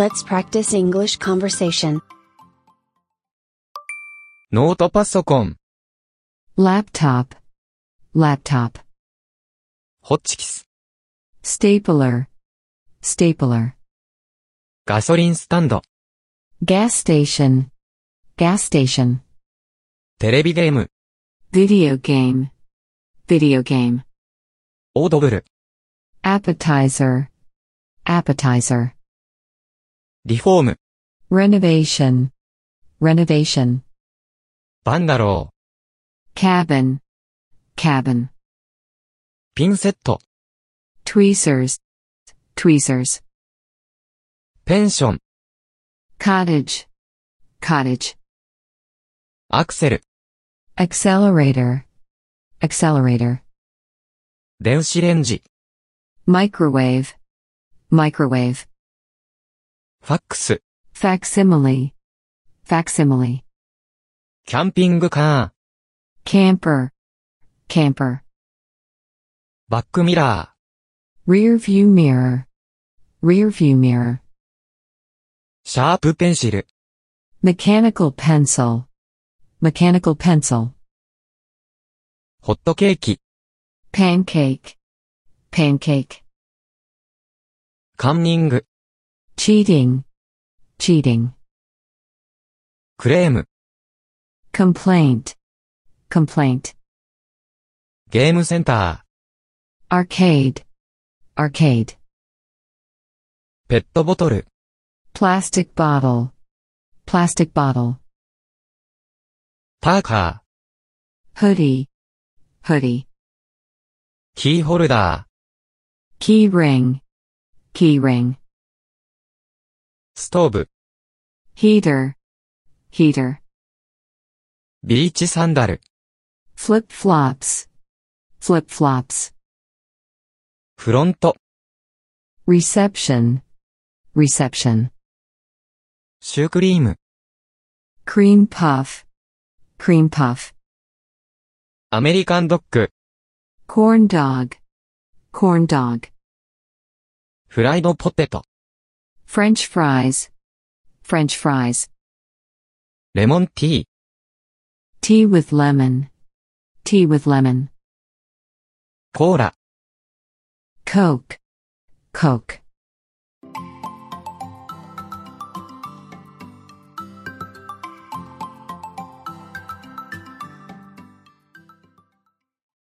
Let's practice English conversation. ノートパソコン、 laptop, laptop, ホッチキス、 stapler, stapler, ガソリンスタンド、 gas station, gas station, テレビゲーム、 video game, video game, オードブル、 appetizer, appetizer, リフォーム、 renovation, renovation, バンダロー、 cabin, cabin, ピンセット、 tweezers, tweezers, ペンション、 cottage, cottage, アクセル、 accelerator, accelerator, 電子レンジ、 microwave, microwave, ファックス、 facsimile, facsimile, キャンピングカー、 camper, camper, バックミラ rear view mirror, rear view ー、mirror, シャープペンシル、 mechanical pencil, mechanical pencil, ホットケーキ、 pancake, pancake, カンニング、 cheating, cheating, クレーム、 complaint, complaint, ゲームセンタ arcade, arcade, ー、ペットボトル、 plastic bottle, plastic bottle, パーカ hoodie, hoodie, ー、キーホルダ key ring, key ring, ー、ストーブ、 heater, heater, ビーチサンダル、 flip flops, flip flops, フロント、 reception, reception, シュークリーム、 cream puff, cream puff, アメリカンドッグ、 corn dog, corn dog, フライドポテト、 french fries, french fries, レモンティー、 tea with lemon, tea with lemon, コーラ、 coke, coke,